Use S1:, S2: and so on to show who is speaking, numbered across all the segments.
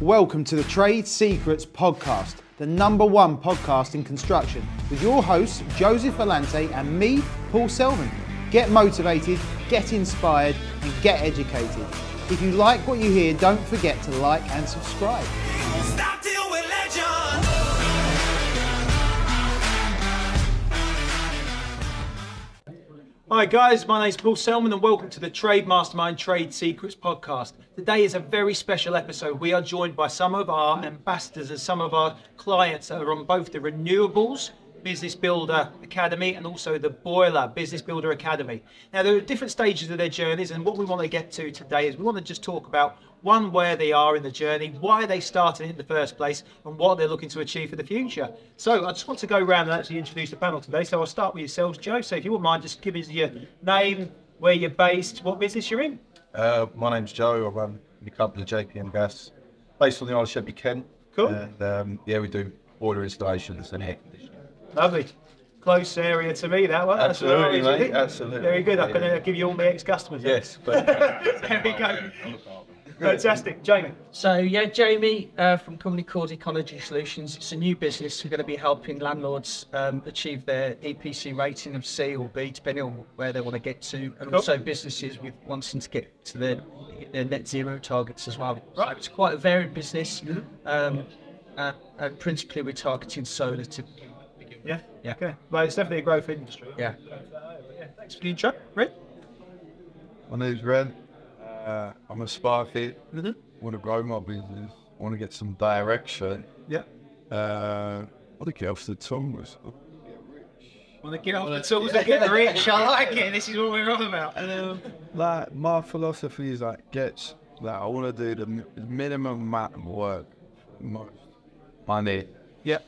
S1: Welcome to the Trade Secrets Podcast, the number one podcast in construction, with your hosts, Joseph Vellante and me, Paul Selman. Get motivated, get inspired, and get educated. If you like what you hear, don't forget to like and subscribe.
S2: Stop till we're legends.
S3: Hi guys, my name's Paul Selman and welcome to the Trade Mastermind Trade Secrets podcast. Today is a very special episode. We are joined by some of our ambassadors and some of our clients that are on both the Renewables Business Builder Academy and also the Boiler Business Builder Academy. Now there are different stages of their journeys and what we want to get to today is we want to just talk about one where they are in the journey, why they started in the first place and what they're looking to achieve for the future. So I just want to go around and actually introduce the panel today. So I'll start with yourselves, Joe. So if you wouldn't mind, just give us your name, where you're based, what business you're in.
S4: Uh, my name's Joe. I run the company JPM Gas, based on the Isle of Sheppey, Kent.
S3: Cool.
S4: And, um, yeah, we do boiler installations and air conditioning.
S3: Lovely. Close area to me, that one. That's what I
S4: Absolutely,
S3: always
S4: mate.
S3: think.
S4: Absolutely.
S3: Very good. I can
S4: Yeah.
S3: uh, give you all my ex-customers. then.
S4: Yes, but
S3: There we go. Fantastic. Jamie.
S5: So yeah, Jamie uh, from a company called Ecology Solutions. It's a new business. We're going to be helping landlords um, achieve their EPC rating of C or B, depending on where they want to get to, and also businesses with wanting to get to their, their net zero targets as well. Right. it's quite a varied business,
S3: Mm-hmm.
S5: um, uh, and principally we're targeting solar to.
S3: Yeah.
S5: Yeah.
S3: Okay. Well, it's definitely a growth industry.
S5: Yeah.
S3: Thanks for the intro, Rick.
S6: My name's Ren. Uh, I'm a spy fit. Want to grow my business. Want to get some direction.
S3: Yeah.
S6: Uh, I think else the tongue was.
S3: Want to get off the tools and get rich? I like it. This is what we're on about.
S6: Like my philosophy is like get like I want to do the mi- minimum amount of work, most money.
S3: Yeah.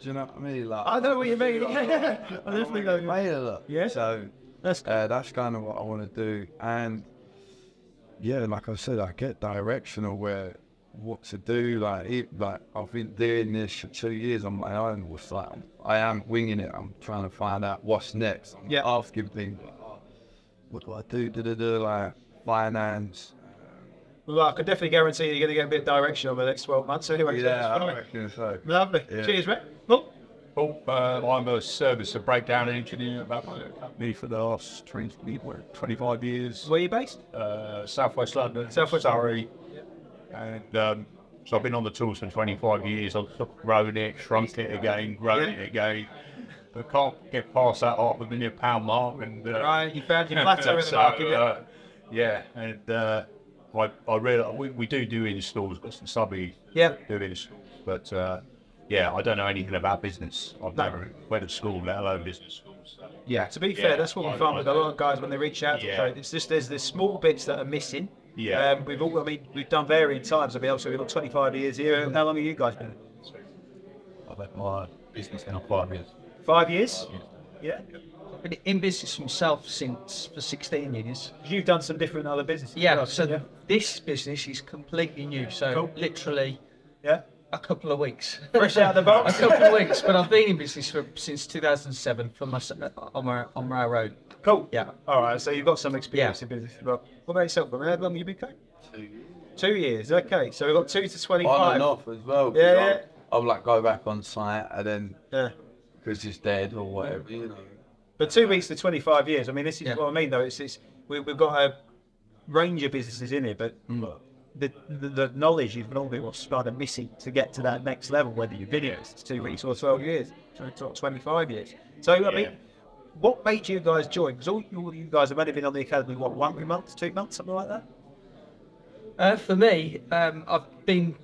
S6: Do you know what I mean? Like
S3: I know what you mean. Yeah. I definitely know. what you mean.
S6: made a lot.
S3: Yeah.
S6: So
S3: That's
S6: uh, that's kind of what I want to do. And yeah, like I said, I get direction of where what to do. Like, it, like I've been doing this for two years on my own. It's like I am winging it. I'm trying to find out what's next. I'm
S3: Yeah.
S6: asking things. like, "Oh, What do I do? Da, da, da, like finance.
S3: Well, I can definitely guarantee you're going to get a bit of direction over the next 12 months. Anyway, so
S6: Yeah,
S3: that's
S6: I
S3: fine.
S6: reckon so.
S3: lovely.
S6: Yeah.
S3: Cheers, Rick. Well,
S7: Well, uh, I'm a service and breakdown engineer about my company for the last 20, what, 25 years.
S3: where are you based?
S7: Uh, Southwest London,
S3: Southwest
S7: Surrey. And um, so I've been on the tools for 25 years. I've sort of grown it, shrunk it again, grown
S3: Yeah.
S7: it again. But can't get past that half a million pound mark. And, uh,
S3: Right, you found your plateau in the market, yeah.
S7: uh, yeah, and uh, I, I realize we, we do do installs, got some subby
S3: Yeah.
S7: do installs, but uh, yeah, I don't know anything about business. I've
S3: No.
S7: never went to school, let alone business school. So.
S3: Yeah. To be
S7: Yeah,
S3: fair, that's what we
S7: I-
S3: find
S7: I-
S3: with a lot of guys when they reach out to
S7: Yeah.
S3: trade. It's just there's the small bits that are missing.
S7: Yeah.
S3: Um, we've all, I mean, we've done varying times. I mean, obviously we've got 25 years here. How long have you guys been?
S7: I've had my business now five years.
S3: Five years? Yeah.
S5: I've been in business myself since for 16 years.
S3: You've done some different other businesses.
S5: Yeah.
S3: right?
S5: So
S3: yeah.
S5: this business is completely new. So
S3: Cool.
S5: literally
S3: yeah.
S5: a couple of weeks.
S3: Fresh out of the box.
S5: a couple of weeks, but I've been in business for, since 2007 for my, on my on my road.
S3: Cool.
S5: Yeah.
S3: All right. So you've got some experience
S5: Yeah.
S3: in business. Well, what about yourself? How long have you been going? Two years. Okay. So we've got two to 25.
S6: On and off as well. 'cause
S3: Yeah,
S6: I-
S3: yeah.
S6: I'll like go back on site and then
S3: Yeah.
S6: because it's dead or whatever, you know.
S3: But two weeks to 25 years. I mean, this is
S5: Yeah.
S3: what I mean, though. It's, it's we, We've got a range of businesses in here, but the, the, the knowledge you've normally what's kind of missing to get to that next level, whether you've been here two weeks or 12 years, or 25 years. So, I mean,
S7: Yeah.
S3: what made you guys join? Because all, all you guys have only been on the academy, what, one month, two months, something like that?
S5: Uh, for me, um, I've been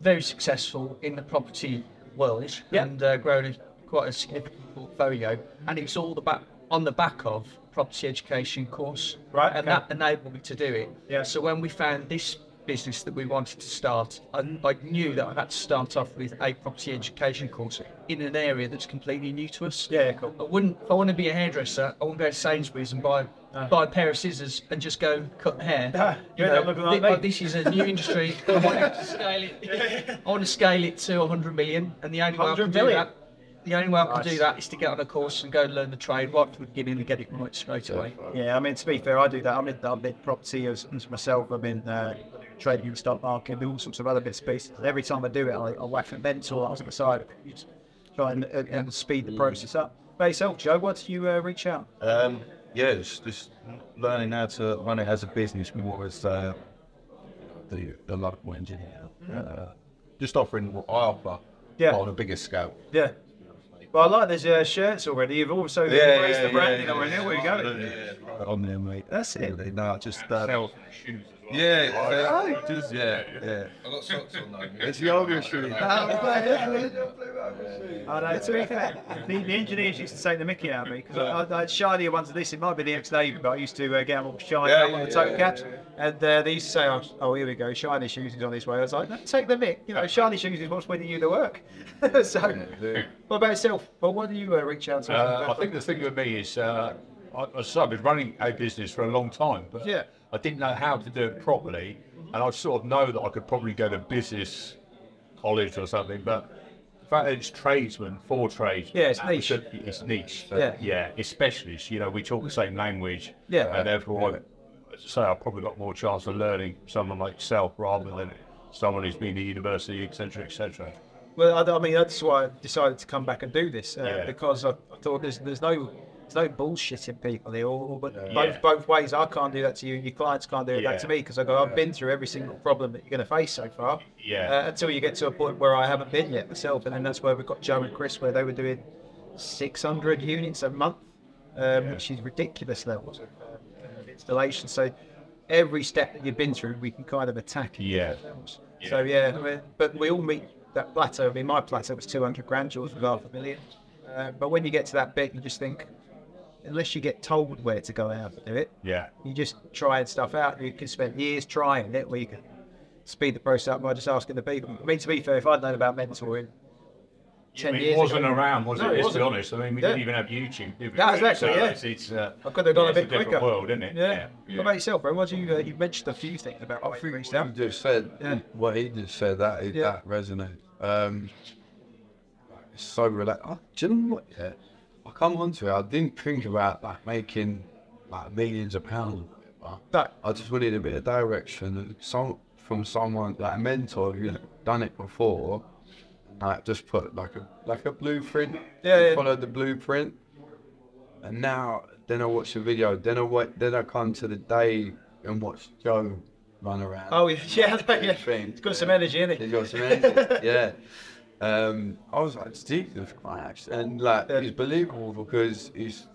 S5: very successful in the property world
S3: Yeah.
S5: and uh, grown a, quite a significant portfolio, and it's all the back on the back of property education course,
S3: Right,
S5: And
S3: okay.
S5: that enabled me to do it.
S3: Yeah.
S5: So when we found this business that we wanted to start, I,
S3: Mm-hmm.
S5: I knew that I had to start off with a property education course in an area that's completely new to us.
S3: Yeah, cool.
S5: I wouldn't. If I want to be a hairdresser, I wouldn't go to Sainsbury's and buy buy a pair of scissors and just go cut hair.
S3: Ah, you end up looking like
S5: thi-
S3: me.
S5: but this is a new industry. I want to scale it. I want to scale it to 100 million, and the only way I
S3: 100
S5: can do
S3: million?
S5: that, the only way I can do that is to get on a course and go and learn the trade right from the beginning and get it right straight away.
S3: Yeah, I mean, to be fair, I do that. I'm in, I'm in property as, as myself. I'm in uh,
S5: trading in the stock market, do all sorts of other bits and pieces. Every time I do it, I, I whack a mentor out on the side, just try and, and, and speed the process up. But yourself, Joe, why don't you uh, reach out?
S4: Um, yeah, just, just learning how to run it as a business more as uh, the, the local engineer. Uh, just offering what I offer
S5: Yeah.
S4: on a bigger scale.
S5: Yeah. Well, I like those uh, shirts already. You've also embraced the branding already. Where you going?
S4: Right on there, mate. That's it. No, just uh,
S7: Sales and shoes as well.
S4: Yeah, yeah, just yeah, yeah.
S8: I've got socks on though.
S6: It's yoga shoes.
S5: I know, Oh, to be fair, the, the engineers used to take the mickey out of me because I, I had shinier ones than this. It might be the ex Navy, but I used to uh, get them all shiny
S4: Yeah,
S5: up on
S4: yeah,
S5: the toe
S4: yeah,
S5: caps. And uh, they used to say, oh, oh, here we go, shiny shoes is on his way. I was like, no, take the mick. You know, shiny shoes is what's winning you the work. so, what about yourself? Well, why do you uh, reach out to?
S7: Uh, I think the thing with me is, uh, I, I said, I've been running a business for a long time, but
S5: Yeah.
S7: I didn't know how to do it properly. And I sort of know that I could probably go to business college or something, but the fact that it's tradesmen for trades,
S5: Yeah, it's niche.
S7: it's niche. So,
S5: Yeah.
S7: yeah, it's specialist. You know, we talk the same language.
S5: Yeah.
S7: and therefore, I say I've probably got more chance of learning someone like yourself rather than someone who's been to university, etc., etc.
S5: Well, I, I mean, that's why I decided to come back and do this uh,
S7: Yeah.
S5: because I, I thought there's there's no there's no bullshitting people here. Or, or- but
S7: Yeah.
S5: both both ways, I can't do that to you, and your clients can't do it back
S7: Yeah.
S5: to me because I go, I've been through every single problem that you're going to face so far.
S7: Yeah.
S5: Uh, until you get to a point where I haven't been yet myself, and then that's where we got Joe and Chris, where they were doing 600 units a month, um, which is ridiculous levels of uh, installation. So every step that you've been through, we can kind of attack. it.
S7: Yeah.
S5: So yeah, we- but we all meet that plateau. I mean, my plateau was 200 grand, yours was half a million. Uh, but when you get to that bit, you just think, unless you get told where to go out and do it,
S7: Yeah.
S5: you just trying stuff out. You can spend years trying it, where you can speed the process up by just asking the people. I mean, to be fair, if I'd known about mentoring 10
S7: I mean,
S5: years
S7: it wasn't
S5: ago,
S7: around, was
S5: No,
S7: it?
S5: it
S7: Let's
S5: wasn't.
S7: be honest. I mean, we
S5: Yeah.
S7: didn't even have YouTube, did we?
S5: No, exactly, yeah.
S7: It's, it's, uh,
S5: I could have gone a
S7: it's
S5: bit
S7: different
S5: quicker.
S7: world, isn't it?
S5: Yeah.
S7: yeah.
S5: What about yourself, bro? What do you uh, you mentioned a few things about. oh,
S6: I think what you just said, what he just said, that it-
S5: Yeah.
S6: that resonates. Um, it's so relaxed. Oh, do you know what? Yeah, I come onto it. I didn't think about like making like millions of pounds. or whatever.
S5: No.
S6: I just wanted a bit of direction and some from someone like a mentor who's done it before. And, like just put like a like a blueprint.
S5: Yeah,
S6: and
S5: yeah.
S6: Follow the blueprint. And now, then I watch the video. Then I wait. Then I come to the day and watch Joe run around.
S5: Oh yeah, yeah, yeah.
S6: Thing.
S5: It's got some energy in it.
S6: He's got some energy. yeah. Um, I was like, Steve was quite actually, and like
S5: Yeah.
S6: it's believable because he's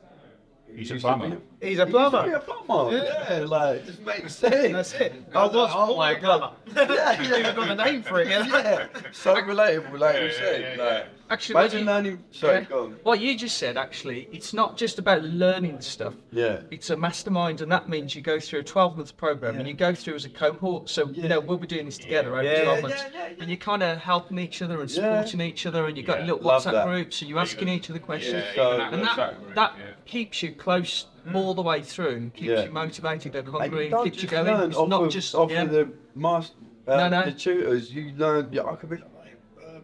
S7: He's a
S6: he's
S7: plumber.
S5: He's a plumber.
S6: Yeah, plumber. Yeah, like it just makes sense.
S5: That's it. I was born a plumber.
S6: Yeah,
S5: You've even got a name for it. You know?
S6: yeah, so relatable, like you said. like,
S9: Actually,
S6: imagine learning. Sorry, go on.
S9: What you just said, actually, it's not just about learning stuff.
S6: Yeah.
S9: It's a mastermind, and that means you go through a 12 month program and you go through as a cohort. So, you know, we'll be doing this together over
S5: Yeah,
S9: 12
S5: yeah,
S9: months. And you're kind of helping each other and
S6: Yeah.
S9: supporting each other, and you've got
S7: Yeah.
S9: little
S6: Love
S9: WhatsApp
S6: that.
S9: groups, and you're asking each other questions.
S6: So-
S9: And that, that keeps you close all the way through and keeps
S6: Yeah.
S9: you motivated
S6: Mm.
S9: and
S6: And
S9: hungry
S6: you
S9: and
S6: don't
S9: keeps you
S6: just
S9: going.
S6: learn
S9: It's
S6: off
S9: not
S6: of,
S9: just
S6: off
S9: yeah.
S6: of the master, uh,
S9: No, no.
S6: the tutors. You learn. Yeah, I could be like, uh,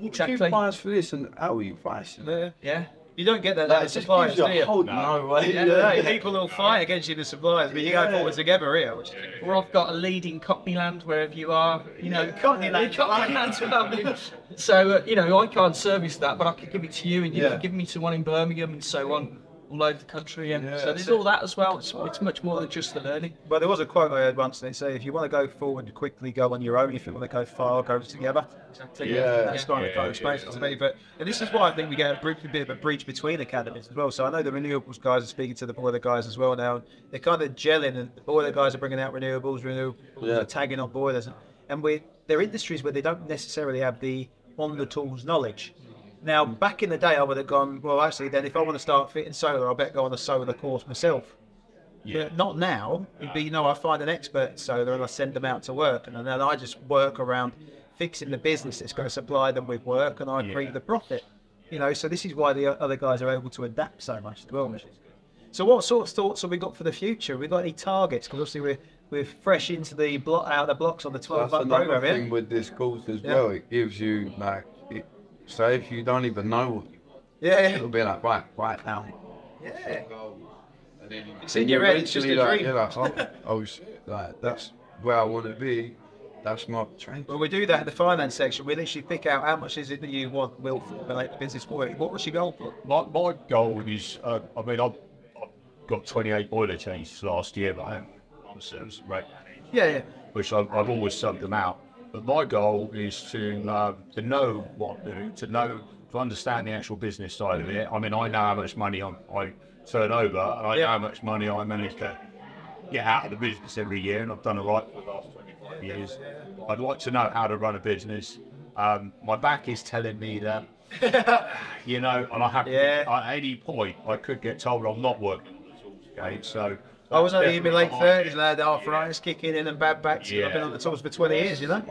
S6: exactly.
S9: Exactly.
S6: two price for this, and how are you pricing? that?
S9: yeah.
S5: You don't get that
S6: Like,
S5: out
S6: it
S5: of
S6: just
S5: suppliers,
S6: gives you
S5: do
S6: a
S5: you?
S6: whole- no. way.
S5: Yeah, no, people will fight against you, the suppliers, but you go forward together here. Which is
S9: Or I've got a leading Cockneyland wherever you are, you know.
S5: Cockneyland.
S9: Cockneyland's lovely. So, uh, you know, I can't service that, but I can give it to you and you
S6: Yeah.
S9: can give me to one in Birmingham and so on, all over the country. And
S6: Yeah,
S9: so
S6: that's
S9: there's all that as well. It's, it's much more than just the learning.
S5: But there was a quote I heard once, and they say, if you want to go forward quickly, go on your own. If you want to go far, go together. Exactly.
S6: Yeah.
S5: That's kind of quite expensive to me. But and this is why I think we get a brief- bit of a breach between academies as well. So I know the renewables guys are speaking to the boiler guys as well now. They're kind of gelling, and the boiler guys are bringing out renewables, renewables
S6: Yeah.
S5: are tagging on boilers. And we they're industries where they don't necessarily have the on the tools knowledge. Now, back in the day, I would have gone, well, actually, then if I want to start fitting solar, I better go on a solar course myself. But not now. It'd be, you know, I find an expert in solar and I send them out to work, and then I just work around fixing the business that's going to supply them with work, and I create the profit. You know, so this is why the o- other guys are able to adapt so much as well. which is good. So, what sorts of thoughts have we got for the future? We got any targets? Because obviously we're we're fresh into the block out of the blocks on the twelve
S6: That's
S5: month
S6: another
S5: program.
S6: thing
S5: Yeah?
S6: with this course as
S5: Yeah.
S6: well. It gives you like, it, so if you don't even know what, you-
S5: yeah, yeah.
S6: it'll be like right, right now.
S5: It's in your head. It's just
S6: Eventually,
S5: a
S6: like,
S5: dream.
S6: you're like, oh, oh shit, like that's where I want to be. That's not trade.
S5: Well, we do that in the finance section. We literally pick out how much is it that you want, Will, for like, business for it. What was your goal for?
S7: My, my goal is, uh, I mean, I've, I've got 28 oiler changes last year, but I'm on service rate,
S5: Yeah, yeah.
S7: which I've, I've always subbed them out. But my goal is to um, to know what to do, to know, to understand the actual business side of it. I mean, I know how much money I'm, I turn over, and I know how much money I manage to get out of the business every year, and I've done it right for the last 25 years. I'd like to know how to run a business. Um, my back is telling me that you know, and I have
S5: Yeah.
S7: at any point I could get told I'm not working. Okay, so
S5: I was only in my late
S7: Yeah.
S5: 30s and I had arthritis kicking in and bad backs. and I've been
S7: Yeah.
S5: on the tools for 20 years, you know?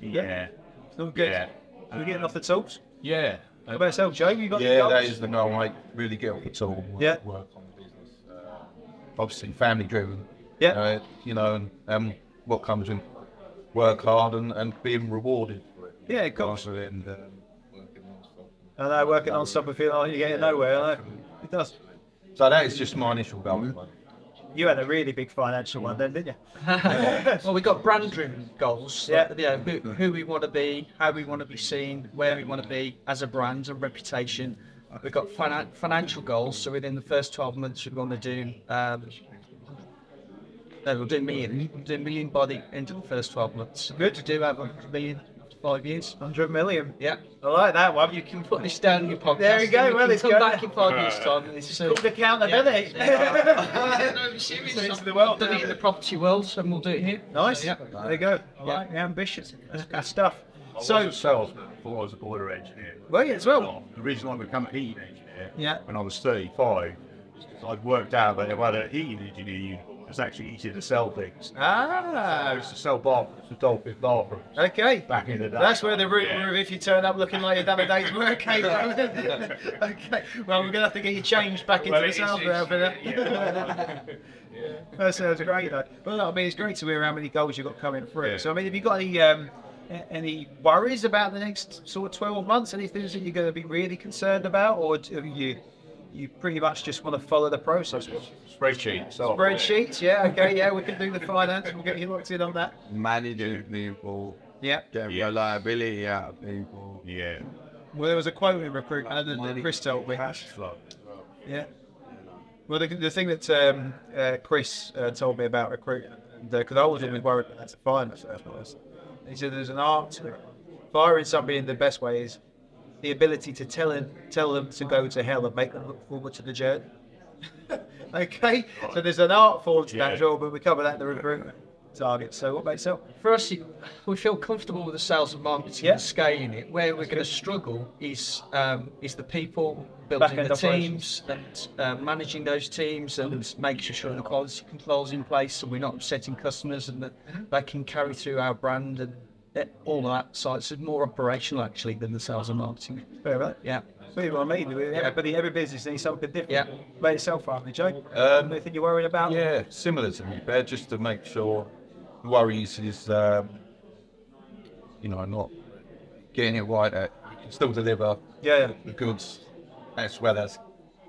S7: Yeah,
S5: It's not good.
S7: Yeah.
S5: We're getting off the tools.
S7: yeah,
S5: How about yourself, Joe? You got any
S4: Yeah, that
S5: goals?
S4: is the goal. Like really get it all. Work,
S5: Yeah.
S4: work on the business. Uh, obviously, family driven.
S5: Yeah.
S4: Uh, you know, and um, what comes in, work hard and, and being rewarded. for it.
S5: Yeah, of course.
S4: Rather than, um, working non-stop.
S5: I know, working on stuff and feeling like you're getting nowhere. I know. It does.
S4: So that is just my initial goal.
S5: You had a really big financial one then, didn't you?
S9: well, we got brand driven goals.
S5: Yeah.
S9: Yeah. you know, who, who we want to be, how we want to be seen, where we want to be as a brand and reputation. We've got finan- financial goals. So within the first 12 months, we want to do, um, no, we'll do a million. We'll do a million by the end of the first 12 months. Good. to do have a million after five years.
S5: 100 million.
S9: Yeah.
S5: I like that one. You
S9: You can put this down in your podcast.
S5: There we go,
S9: and
S5: well,
S9: can
S5: it's
S9: come
S5: good.
S9: back in five years' time. and It's uh,
S5: called accountability.
S9: yeah, no, I'm serious.
S5: Into the world.
S9: Done it in the property world, and we'll do it here.
S5: Nice.
S9: So, yeah.
S5: There you go. I like the ambition. That's good stuff.
S7: So I was
S5: So,
S7: a salesman before I was a boiler engineer.
S5: well, yeah, as well.
S7: The reason I became a heating engineer
S5: Yeah.
S7: when I was 35 is 'cause I'd worked out that if I had a heating engineer, uniform, it was actually easier to sell things.
S5: Oh.
S7: I
S5: Ah,
S7: used to sell bathrooms, and Dolphin bathrooms
S5: okay.
S7: back in the day.
S5: That's where the root
S7: Yeah.
S5: of if you turn up looking like you've done a day's work came from. okay. Well, we're going to have to get you changed back into
S7: Well,
S5: the
S7: it's-
S5: South
S7: it's-
S5: outfit.
S7: yeah.
S5: uh, That sounds great, though. Well, I mean, it's great to hear how many goals you've got coming through.
S7: Yeah.
S5: So, I mean, have you got any um, a- any worries about the next sort of 12 months? Any things that you're going to be really concerned about? Or do you you pretty much just want to follow the process?
S7: Spreadsheet. So
S5: Spreadsheets, yeah, okay, yeah, we can do the finance. We'll get you locked in on that.
S6: Managing people,
S5: Yeah.
S6: get
S7: Yeah.
S6: reliability out of people.
S7: Yeah.
S5: Well, there was a quote in recruitment and then
S6: Money,
S5: Chris told me.
S6: Cash flow.
S5: Yeah. Well, the, the thing that um, uh, Chris uh, told me about recruiting, because I was always worried about to find myself. He said there's an art to it. Firing somebody in the best way is the ability to tell him, tell them to go to hell and make them look forward to the journey. okay, so there's an art form to that
S7: Yeah.
S5: as well, but we cover that in the recruitment target. So what about yourself?
S9: For us, it- we feel comfortable with the sales and marketing
S5: Yeah.
S9: and scaling it. Where we're going to struggle is um, is the people building
S5: Back-end
S9: the teams and uh, managing those teams and making sure the quality controls in place so we're not upsetting customers and that
S5: Mm-hmm.
S9: they can carry through our brand and that- all of that. So it's more operational actually than the sales and marketing.
S5: Very well.
S9: Yeah.
S5: So you know what I mean? Everybody, every business needs something different.
S9: Yeah.
S5: About yourself, aren't you, Joe?
S4: Um,
S5: Anything you're worried about?
S4: Yeah, similar to me, but just to make sure the worries is, um, you know, not getting it right. At, you can still deliver
S5: Yeah, yeah.
S4: the goods as well as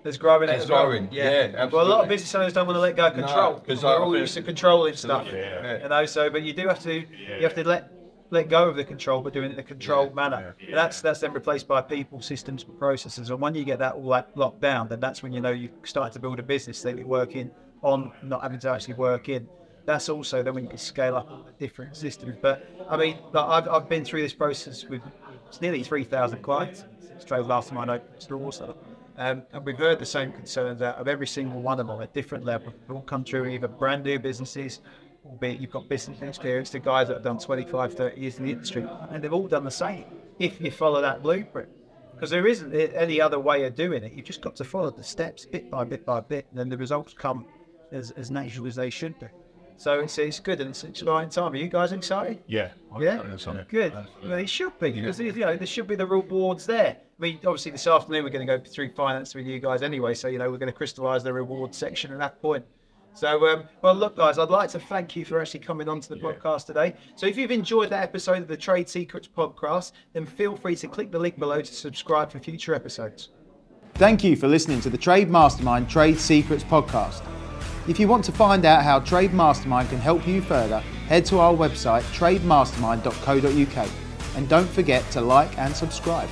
S5: There's growing
S4: as
S5: well.
S4: growing. Yeah,
S5: Well, a lot of
S4: absolutely.
S5: business owners don't want to let go of
S4: No,
S5: control
S4: 'cause
S5: we're
S4: I-
S5: all used to controlling stuff.
S7: Yeah.
S5: You know, so but you do have to you have to let let go of the control, but doing it in a controlled manner. And That's that's then replaced by people, systems, and processes. And when you get that all that locked down, then that's when you know you start to build a business that you're working on, not having to actually work in. That's also then when you can scale up different systems. But I mean, like, I've, I've been through this process with it's nearly 3,000 clients. It's the last time I know store so. Um, and we've heard the same concerns out of every single one of them at different level. They all come through either brand new businesses, albeit you've got business experience to guys that have done 25, 30 years in the industry, and they've all done the same if you follow that blueprint. Because there isn't i- any other way of doing it. You've just got to follow the steps bit by bit by bit, and then the results come as, as natural as they should do. So it's, it's good and it's an exciting time. Are you guys excited?
S7: Yeah.
S5: Yeah,
S7: Something.
S5: good. Well, it should be because you know there should be the rewards there. I mean, obviously this afternoon we're going to go through finance with you guys anyway, so you know we're going to crystallise the reward section at that point. So, um, well, look, guys, I'd like to thank you for actually coming onto the podcast today. So, if you've enjoyed that episode of the Trade Secrets podcast, then feel free to click the link below to subscribe for future episodes.
S1: Thank you for listening to the Trade Mastermind Trade Secrets podcast.
S3: If you want to find out how Trade Mastermind can help you further, head to our website trademastermind.co.uk and don't forget to like and subscribe.